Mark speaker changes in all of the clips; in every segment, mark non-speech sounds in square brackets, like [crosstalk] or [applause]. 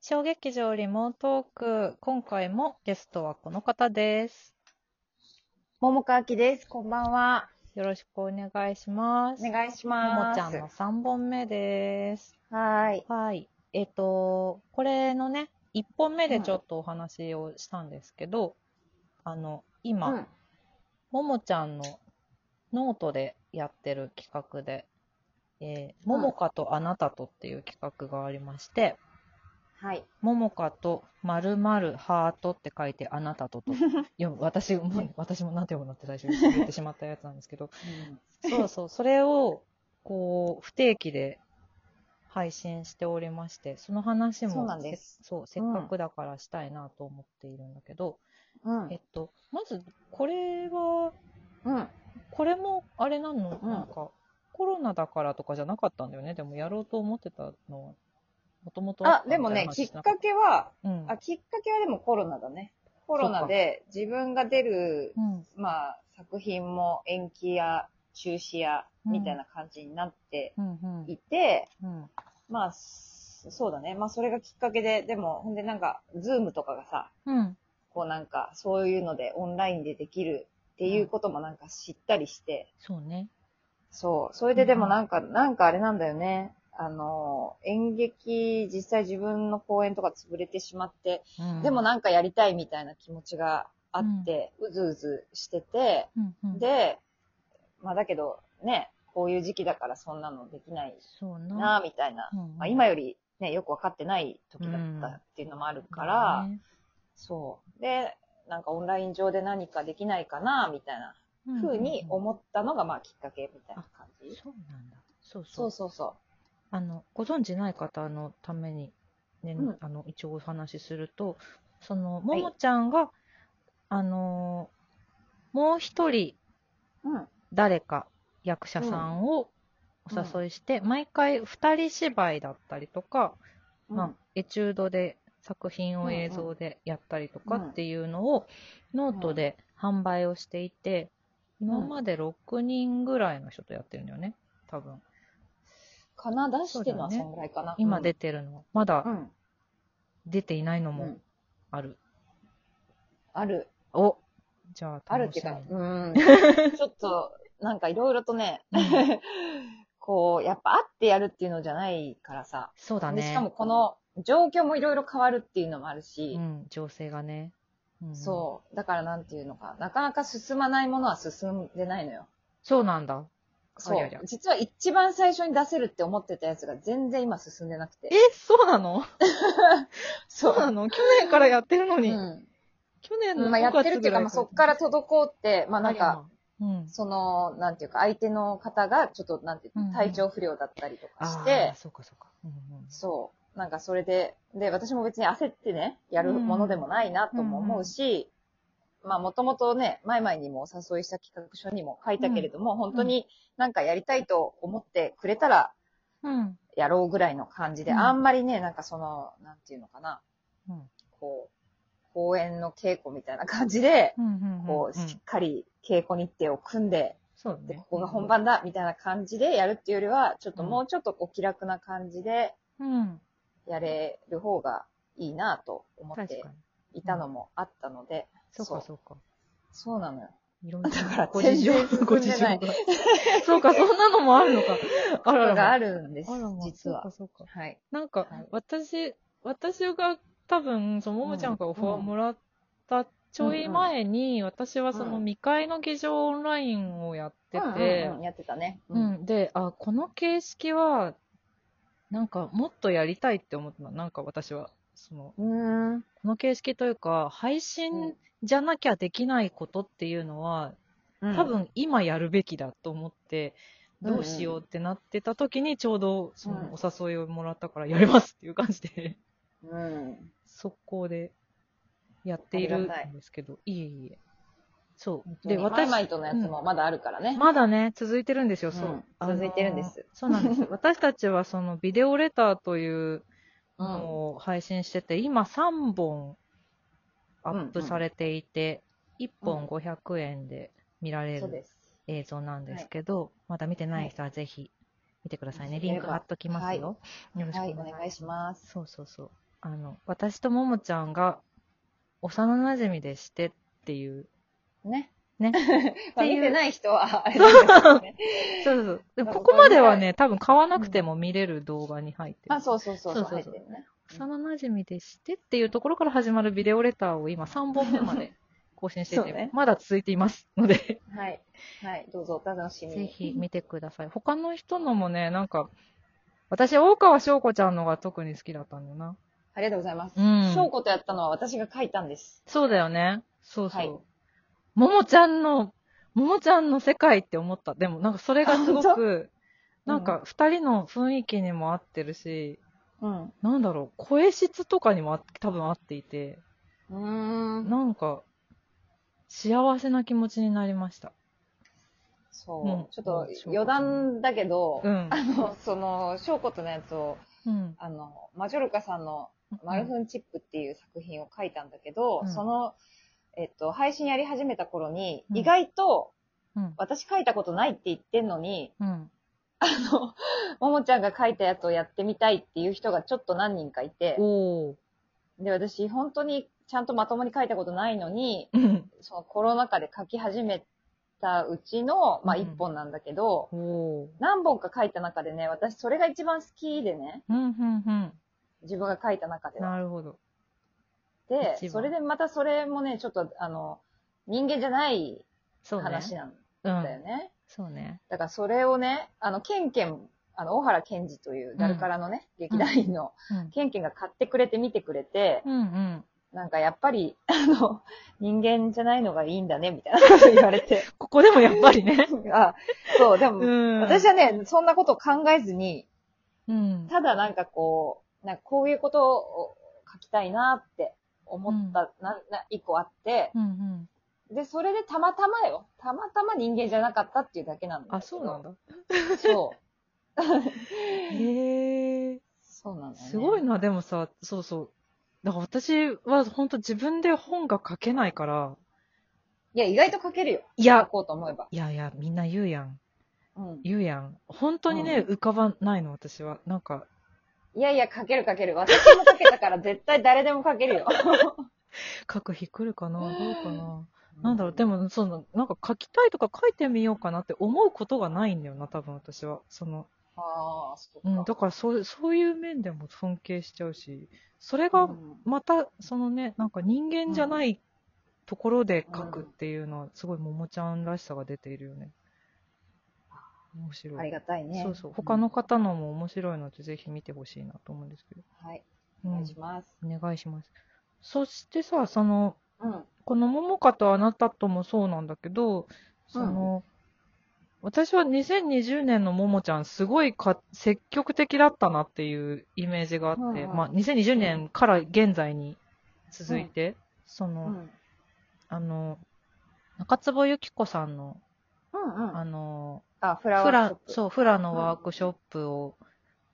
Speaker 1: 小劇場リモートーク、今回もゲストはこの方です。
Speaker 2: 桃川きです。こんばんは。
Speaker 1: よろしくお願いします。
Speaker 2: お願いし
Speaker 1: も
Speaker 2: ま
Speaker 1: も
Speaker 2: す。
Speaker 1: ちゃんの3本目です。
Speaker 2: はーい。
Speaker 1: はい。えっ、と、これのね、1本目でちょっとお話をしたんですけど、あの、今、
Speaker 2: うん
Speaker 1: ももちゃんのノートでやってる企画で、えー、ももかとあなたとっていう企画がありまして、
Speaker 2: はい。
Speaker 1: ももかとまるまるハートって書いてあなたと
Speaker 2: [laughs]
Speaker 1: と読む私も私もなんて読むのって最初に言ってしまったやつなんですけ
Speaker 2: [laughs]
Speaker 1: どそうそうそれをこう不定期で配信しておりましてその話も
Speaker 2: そうなんです
Speaker 1: せそうせっかくだからしたいなと思っているんだけど、
Speaker 2: うん。
Speaker 1: えっとまずこれは
Speaker 2: うん。
Speaker 1: これもあれなの、
Speaker 2: うん
Speaker 1: なんかコロナだからとかじゃなかったんだよねでもやろうと思ってたのはもともと
Speaker 2: あ、でもね、きっかけは、
Speaker 1: うん
Speaker 2: あ、きっかけはでもコロナだね。コロナで自分が出る、
Speaker 1: うん
Speaker 2: まあ、作品も延期や中止や、
Speaker 1: うん
Speaker 2: みたいな感じになって
Speaker 1: うんうん
Speaker 2: いて、
Speaker 1: うん
Speaker 2: まあ、そそうだね。まあ、それがきっかけで、でも、ほんでなんか、ズームとかがさ、
Speaker 1: うん
Speaker 2: こうなんか、そういうのでオンラインでできるっていうこともなんか知ったりして、
Speaker 1: そうね。
Speaker 2: そう。それででもなんか、なんかあれなんだよね。あの、演劇、実際自分の公演とか潰れてしまって、でもなんかやりたいみたいな気持ちがあって、うずうずしてて、
Speaker 1: うんうん、
Speaker 2: で、まあだけど、ね、こういう時期だからそんなのできない
Speaker 1: そうな。
Speaker 2: な、みたいな。
Speaker 1: うんうん
Speaker 2: まあ今よりね、よくわかってない時だったっていうのもあるから、そう。で、なんかオンライン上で何かできないかな、みたいな
Speaker 1: うん
Speaker 2: ふうに思ったのが、まあきっかけみたいな感
Speaker 1: うんうん
Speaker 2: じ。
Speaker 1: そうなんだ。そうそ
Speaker 2: そううそうそ
Speaker 1: あのご存知ない方のためにね、
Speaker 2: うん
Speaker 1: あの一応お話しすると、そのももちゃんが、あのーもう一人
Speaker 2: う。うん。
Speaker 1: 誰か役者さんをお誘いして、毎回二人芝居だったりとか、まあ
Speaker 2: うん、
Speaker 1: エチュードで作品を映像でやったりとかっていうのをノートで販売をしていて、
Speaker 2: ん
Speaker 1: 今まで6人ぐらいの人とやってるんだよね多分
Speaker 2: かな出してるのは
Speaker 1: そうだね
Speaker 2: そんぐらいかな。
Speaker 1: 今出てるの、ま
Speaker 2: う
Speaker 1: だ
Speaker 2: ん。
Speaker 1: 出ていないの
Speaker 2: うん。
Speaker 1: もある、
Speaker 2: ある。
Speaker 1: おじゃあ
Speaker 2: あるっ
Speaker 1: 楽
Speaker 2: てい
Speaker 1: し
Speaker 2: うか、
Speaker 1: み
Speaker 2: うん。
Speaker 1: [laughs]
Speaker 2: ちょっと、なんかいろいろとね、
Speaker 1: うん
Speaker 2: [laughs] こう、やっぱ会ってやるっていうのじゃないからさ。
Speaker 1: そうだ
Speaker 2: で
Speaker 1: ね
Speaker 2: しかもこの状況もいろいろ変わるっていうのもある
Speaker 1: う
Speaker 2: し、
Speaker 1: ん情勢がね、うん
Speaker 2: そう。だからなんていうのか、なかなか進まないものは進んでないのよ。
Speaker 1: そうなんだ
Speaker 2: そ
Speaker 1: ありゃりゃ
Speaker 2: う。実は一番最初に出せるって思ってたやつが全然今進んでなくて。
Speaker 1: えそうなのそ
Speaker 2: そ
Speaker 1: うなの [laughs] 去年からやってるの
Speaker 2: う
Speaker 1: に、
Speaker 2: ん。
Speaker 1: 去年の
Speaker 2: まあやってるっていうか、まあそっから滞って、まあ
Speaker 1: ら
Speaker 2: なんか、、
Speaker 1: うん、
Speaker 2: その、なんていうか、相手の方が、ちょっと、なんていう
Speaker 1: うんうん
Speaker 2: の、体調不良だったりとかし
Speaker 1: あー
Speaker 2: て、
Speaker 1: そうかそうか、うんうん、
Speaker 2: そう。なんか、それで、で、私も別に焦ってね、やるものでもないなとも思うし、まあ、もともとね、前々にもお誘いした企画書にも書いたけれども、本当になんかやりたいと思ってくれたら、
Speaker 1: うん
Speaker 2: やろうぐらいの感じで、
Speaker 1: うん
Speaker 2: あんまりね、なんかその、なんていうのかな、
Speaker 1: うん
Speaker 2: こう、公演の稽古みたいな感じで、
Speaker 1: うんうんうん
Speaker 2: こう、しっかり稽古日程を組んで、
Speaker 1: そう
Speaker 2: で、
Speaker 1: ね、
Speaker 2: ここが本番だ、みたいな感じでやるっていうよりは、ちょっともうちょっとこう気楽な感じで
Speaker 1: うん、
Speaker 2: やれる方がいいなと思っ
Speaker 1: 確
Speaker 2: て
Speaker 1: かに。
Speaker 2: いたのもあったので、
Speaker 1: そうか
Speaker 2: そう
Speaker 1: そうか。
Speaker 2: そうなのよ。
Speaker 1: いろんな
Speaker 2: から
Speaker 1: ご事情
Speaker 2: 全然、
Speaker 1: ご
Speaker 2: 進ん
Speaker 1: 事
Speaker 2: で
Speaker 1: 情
Speaker 2: な
Speaker 1: が
Speaker 2: い。
Speaker 1: [laughs] そうか、そんなのもあるのか。あらら
Speaker 2: の
Speaker 1: ま。
Speaker 2: が
Speaker 1: あ
Speaker 2: あるんです
Speaker 1: らま、
Speaker 2: 実は
Speaker 1: そ。うかそうか。
Speaker 2: はい。
Speaker 1: なんか
Speaker 2: はい、
Speaker 1: 私、私が多分、そのももちゃんからオファーをもらったちょい前に、私はその
Speaker 2: うん
Speaker 1: 未開の議場オンラインをやって
Speaker 2: う
Speaker 1: て
Speaker 2: んうんう、んやってたね。
Speaker 1: う。ん、で、あ、この形式は、なんかもっとやりたいって思ったのなんか私は、その、
Speaker 2: うん。
Speaker 1: この形式というか、配信じゃなきゃできないことっていうのは、
Speaker 2: うん
Speaker 1: 多、分今やるべきだと思って、どうしようってなってた時に、ちょうどその
Speaker 2: うん
Speaker 1: お誘いをもらったから、やりますっていう感じで、
Speaker 2: うん。
Speaker 1: 速攻でやっているんですけど、いえいえ。そう。で、
Speaker 2: で、
Speaker 1: 私
Speaker 2: 私、マイとのやつもまだあるからね。。
Speaker 1: まだね、続いてるんですよ、そううんあのー
Speaker 2: 続いてるんです。
Speaker 1: そうなんです。私たちは、その、ビデオレターという
Speaker 2: うん。
Speaker 1: のを配信してて、今3本アップされていて、1本500円で見られ
Speaker 2: そう
Speaker 1: る
Speaker 2: です。
Speaker 1: 映像なんですけど、まだ見てない人はぜひ見てくださいね。
Speaker 2: はい
Speaker 1: リンク貼っときますよ。よろしく
Speaker 2: はい、
Speaker 1: お願
Speaker 2: お
Speaker 1: いし
Speaker 2: 願
Speaker 1: ま
Speaker 2: い
Speaker 1: す。
Speaker 2: します。
Speaker 1: そうそうそう。あの、私とももちゃんが幼馴染でしてっていう。
Speaker 2: ね。 [laughs]
Speaker 1: ね
Speaker 2: まあ、
Speaker 1: っていう
Speaker 2: 見てない人は、あれなんですけどね。
Speaker 1: そうそうそう。でも
Speaker 2: な
Speaker 1: こ
Speaker 2: んか
Speaker 1: こまでは
Speaker 2: これ
Speaker 1: ね、多分買わなくても見れる動画に入ってる。
Speaker 2: あ、そうそうそうそう、
Speaker 1: そうそう
Speaker 2: 入っ
Speaker 1: そう
Speaker 2: てるね。
Speaker 1: 幼馴染みでしてっていうところから始まるビデオレターを今3本目ま [laughs] で更新してい
Speaker 2: そう
Speaker 1: て、
Speaker 2: ね
Speaker 1: まだ続いていますので、
Speaker 2: はい。はい。どうぞお楽しみ
Speaker 1: [laughs] ぜ
Speaker 2: に。
Speaker 1: ひ見てください。他の人のもね、なんか、私、大川翔子ちゃんのが特に好きだったんだよな。
Speaker 2: ありがとうございます。
Speaker 1: うん
Speaker 2: 翔子とやったのは私が書いたんです。
Speaker 1: そうだよね。そうそう。
Speaker 2: はい
Speaker 1: ももちゃんの、ももちゃんの世界って思った。でも、なんかそれがすご
Speaker 2: あ
Speaker 1: く、なんか二人の雰囲気にも合ってるし、
Speaker 2: うん。
Speaker 1: なんだろう、声質とかにもあ多分合っていて、
Speaker 2: うーん。
Speaker 1: なんか、幸せな気持ちになりました。も
Speaker 2: そうう。ちょっと
Speaker 1: 翔子
Speaker 2: 余談だけど、
Speaker 1: うん。
Speaker 2: あの、 [laughs] その、翔子とのやつを、
Speaker 1: うん。
Speaker 2: あの、マジョルカさんのマルフンチップっていう作品を書いたんだけど、
Speaker 1: うん
Speaker 2: その、えっと、配信やり始めた頃に、
Speaker 1: うん
Speaker 2: 意外と
Speaker 1: うん。
Speaker 2: 私書いたことないって言ってんのに、
Speaker 1: うん。
Speaker 2: あの、ももちゃんが書いたやつをやってみたいっていう人がちょっと何人かいて、
Speaker 1: おー。
Speaker 2: で、私本当にちゃんとまともに書いたことないのに、
Speaker 1: うん。
Speaker 2: そのコロナ禍で書き始めたうちの、まあ
Speaker 1: うん
Speaker 2: 一本なんだけど、
Speaker 1: おー。
Speaker 2: 何本か書いた中でね、私それが一番好きでね、
Speaker 1: うん、うん、うん。
Speaker 2: 自分が書いた中では。
Speaker 1: なるほど。一
Speaker 2: で、
Speaker 1: 番
Speaker 2: それでまたそれもね、ちょっとあの、人間じゃない
Speaker 1: そうね。
Speaker 2: 話なん
Speaker 1: う
Speaker 2: だよ
Speaker 1: ん。
Speaker 2: ね。
Speaker 1: そうね。
Speaker 2: だからそれをね、あの、ケンケン、あの、大原健二というダルカラのね、劇団員の、
Speaker 1: うん。
Speaker 2: ケンケンが買ってくれて見てくれて、
Speaker 1: うん、うん。
Speaker 2: なんかやっぱり、 [laughs] あの、人間じゃないのがいいんだね、みたいなこと [laughs] 言われて。
Speaker 1: ここでもやっぱりね。
Speaker 2: あ、 [laughs] そう、でも、
Speaker 1: うん。
Speaker 2: 私はね、そんなことを考えずに、
Speaker 1: うん。
Speaker 2: ただなんかこう、なんかこういうことを書きたいなって思った、な、な、一個あって、
Speaker 1: うんうん。
Speaker 2: で、それでたまたまよ。たまたま人間じゃなかったっていうだけなんだけど。
Speaker 1: あ、そうなんだ。
Speaker 2: だ。そう。
Speaker 1: へえ。
Speaker 2: そうなんだ、ね。
Speaker 1: すごいな、でもさ、そうそう。だから私は本当自分で本が書けないから、
Speaker 2: いや、意外と書けるよ。
Speaker 1: い
Speaker 2: 書
Speaker 1: や、
Speaker 2: こうと思えば。
Speaker 1: いやいや、みんな言うやん。
Speaker 2: うん。
Speaker 1: 言うやん。本当にね、浮かばないの、私は。なんか、
Speaker 2: いやいや、書ける書ける。私も書けたから絶対誰でも書けるよ。
Speaker 1: 書く日来るかな、どうかな。なんだろう、でも、その、なんか書きたいとか書いてみようかなって思うことがないんだよな、多分私は。その、
Speaker 2: ああ、そっか。
Speaker 1: うん、だからそう、そういう面でも尊敬しちゃうし、それが
Speaker 2: うん
Speaker 1: またそのねなんか人間じゃないところで書くっていうのはすごいももちゃんらしさが出ているよね面白い
Speaker 2: ありがたいね。
Speaker 1: そうそう他の方のも面白いのでぜひ見てほしいなと思うんですけど、
Speaker 2: うん。はい。
Speaker 1: う
Speaker 2: お
Speaker 1: ん
Speaker 2: 願いします。
Speaker 1: お願いしますそしてさその
Speaker 2: うん。
Speaker 1: この「ももかとあなた」ともそうなんだけどその、私は2020年のももちゃんすごいか積極的だったなっていうイメージがあって、
Speaker 2: うんうん
Speaker 1: まあ、2020年から現在に続いて、その、
Speaker 2: うん。
Speaker 1: あの中坪由紀子さんの
Speaker 2: うんうん。
Speaker 1: あの
Speaker 2: あ、フラワ
Speaker 1: フ
Speaker 2: ーショ
Speaker 1: ラ
Speaker 2: ップ。
Speaker 1: そうフラのワークショップを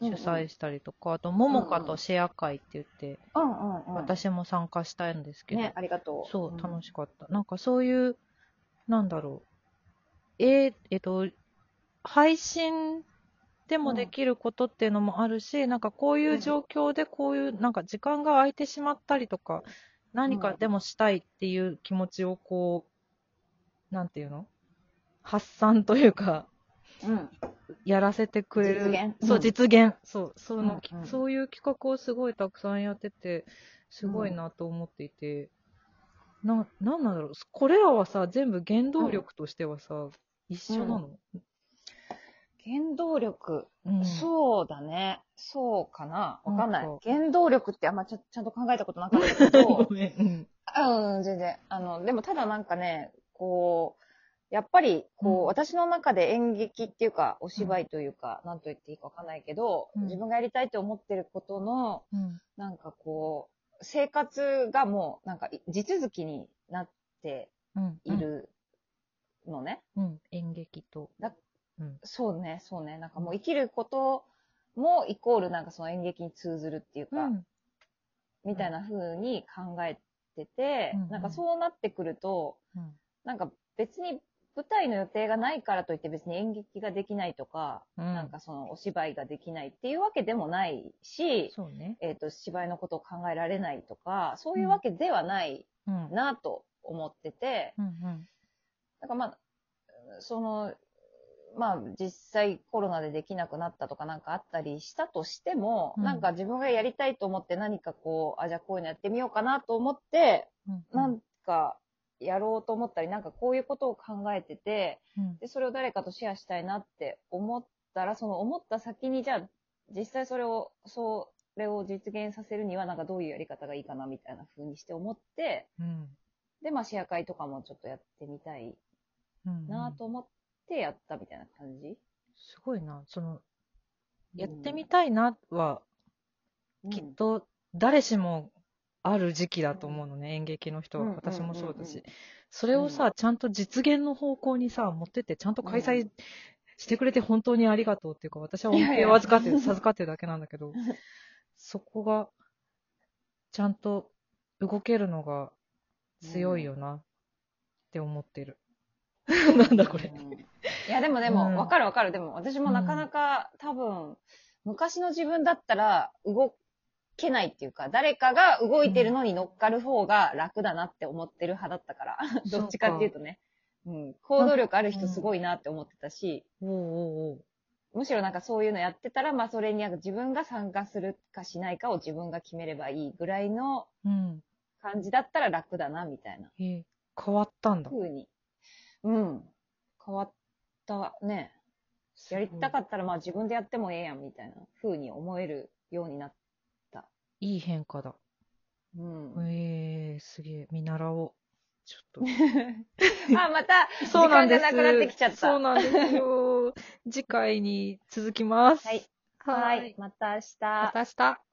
Speaker 1: 主催したりとか、あと「ももかとシェア会」って言って、
Speaker 2: うんうんうん。
Speaker 1: 私も参加したいんですけど、
Speaker 2: ね、ありがとう。
Speaker 1: そう、楽
Speaker 2: し
Speaker 1: しかった。なんかそういう、なんだろう。えーえっと、配信でもできることっていうのもあるし、なんかこういう状況でこういう、なんか時間が空いてしまったりとか、何かでもしたいっていう気持ちをこう、なんていうの発散というか、
Speaker 2: い。うん。
Speaker 1: やらせてくれる。
Speaker 2: 実現
Speaker 1: そうう、
Speaker 2: ん
Speaker 1: 実現。そう、その、
Speaker 2: うんうん
Speaker 1: そういう企画をすごいたくさんやってて、すごいなと思っていて、な、なんなんだろう。これらはさ、全部原動力としてはさ、一緒なの、
Speaker 2: 原動力。
Speaker 1: うん
Speaker 2: そうだね。そうかな。わかんない
Speaker 1: なんか。
Speaker 2: 原動力ってあんまちゃちゃんと考えたことなかったけど
Speaker 1: [laughs] ご、めん。
Speaker 2: うん、全然。あの、でもただなんかね、こう、やっぱり、こう、
Speaker 1: うん
Speaker 2: 私の中で演劇っていうか、お芝居というか、なんと言っていいかわかんないけど、
Speaker 1: うん
Speaker 2: 自分がやりたいと思ってることの、
Speaker 1: うん。
Speaker 2: なんかこう、生活がもう、なんか、い地続きになって
Speaker 1: うん。
Speaker 2: い。るのね。
Speaker 1: うん。演劇と。
Speaker 2: だ
Speaker 1: うん。
Speaker 2: そうね、そうね。なんかもう生きることもイコールなんかその演劇に通ずるっていう
Speaker 1: う
Speaker 2: か、
Speaker 1: ん。
Speaker 2: みたいな風に考えてて、
Speaker 1: うんうん
Speaker 2: なんかそうなってくると、
Speaker 1: うん
Speaker 2: なんか別に舞台の予定がないからといって別に演劇ができないとか、
Speaker 1: うん
Speaker 2: なんかそのお芝居ができないっていうわけでもないし、
Speaker 1: そうね。
Speaker 2: えっ、と、芝居のことを考えられないとか、そういうわけではない
Speaker 1: うん。
Speaker 2: なと思ってて、
Speaker 1: うんうん。
Speaker 2: だからまあ、その、まあ実際コロナでできなくなったとかなんかあったりしたとしても、
Speaker 1: うん
Speaker 2: なんか自分がやりたいと思って何かこう、あ、じゃあこういうのやってみようかなと思って、
Speaker 1: うんうん
Speaker 2: なんかやろうと思ったり、なんかこういうことを考えてて、
Speaker 1: うん
Speaker 2: で、それを誰かとシェアしたいなって思ったら、その思った先にじゃあ実際それを、それを実現させるにはなんかどういうやり方がいいかなみたいな風にして思って、
Speaker 1: うん。
Speaker 2: で、まあシェア会とかもちょっとやってみたい
Speaker 1: うん
Speaker 2: なぁと思ってやったみたいな感じ、
Speaker 1: すごいな。その、やってみたいなは、
Speaker 2: うん
Speaker 1: きっと誰しもある時期だと思うのね、演劇の人は。
Speaker 2: うんうん
Speaker 1: 私もそうだし
Speaker 2: うん。
Speaker 1: それをさ、ちゃんと実現の方向にさ、持ってって、ちゃんと開催してくれて本当にありがとうっていうか、私は恩
Speaker 2: いやい
Speaker 1: 恵
Speaker 2: や
Speaker 1: を預かってる、授かってるだけなんだけど、そこが、ちゃんと動けるのが強いよなって思ってる。なんだこれ。
Speaker 2: うんいやでもで
Speaker 1: うん
Speaker 2: も、わ、かるわかる。でも私もなかなか、多分、昔の自分だったら動けないっていうか、誰かが動いてるのに乗っかる方が楽だなって思ってる派だったから、 [laughs] どっちかっていうとね。うん、行動力ある人すごいなって思ってたし、
Speaker 1: おうおうおう。
Speaker 2: むしろなんかそういうのやってたら、まあそれになんか自分が参加するかしないかを自分が決めればいいぐらいの
Speaker 1: うん。
Speaker 2: 感じだったら楽だな、みたいな。
Speaker 1: えー変わったんだ。
Speaker 2: ふうに。うん。変わったね。やりたか
Speaker 1: っ
Speaker 2: ったら、まあ自分でやってもええやんみたいな風に思えるようになった。
Speaker 1: いい変化だ。
Speaker 2: うん。
Speaker 1: えー、すげえ。見習おう。ちょっ
Speaker 2: [laughs] あ、また、
Speaker 1: [laughs] と。
Speaker 2: そうなんです時間がなくなってきちゃった
Speaker 1: そうなんですよ。次回に続きます。
Speaker 2: はい。
Speaker 1: は。
Speaker 2: はいい。また明日。
Speaker 1: また明日。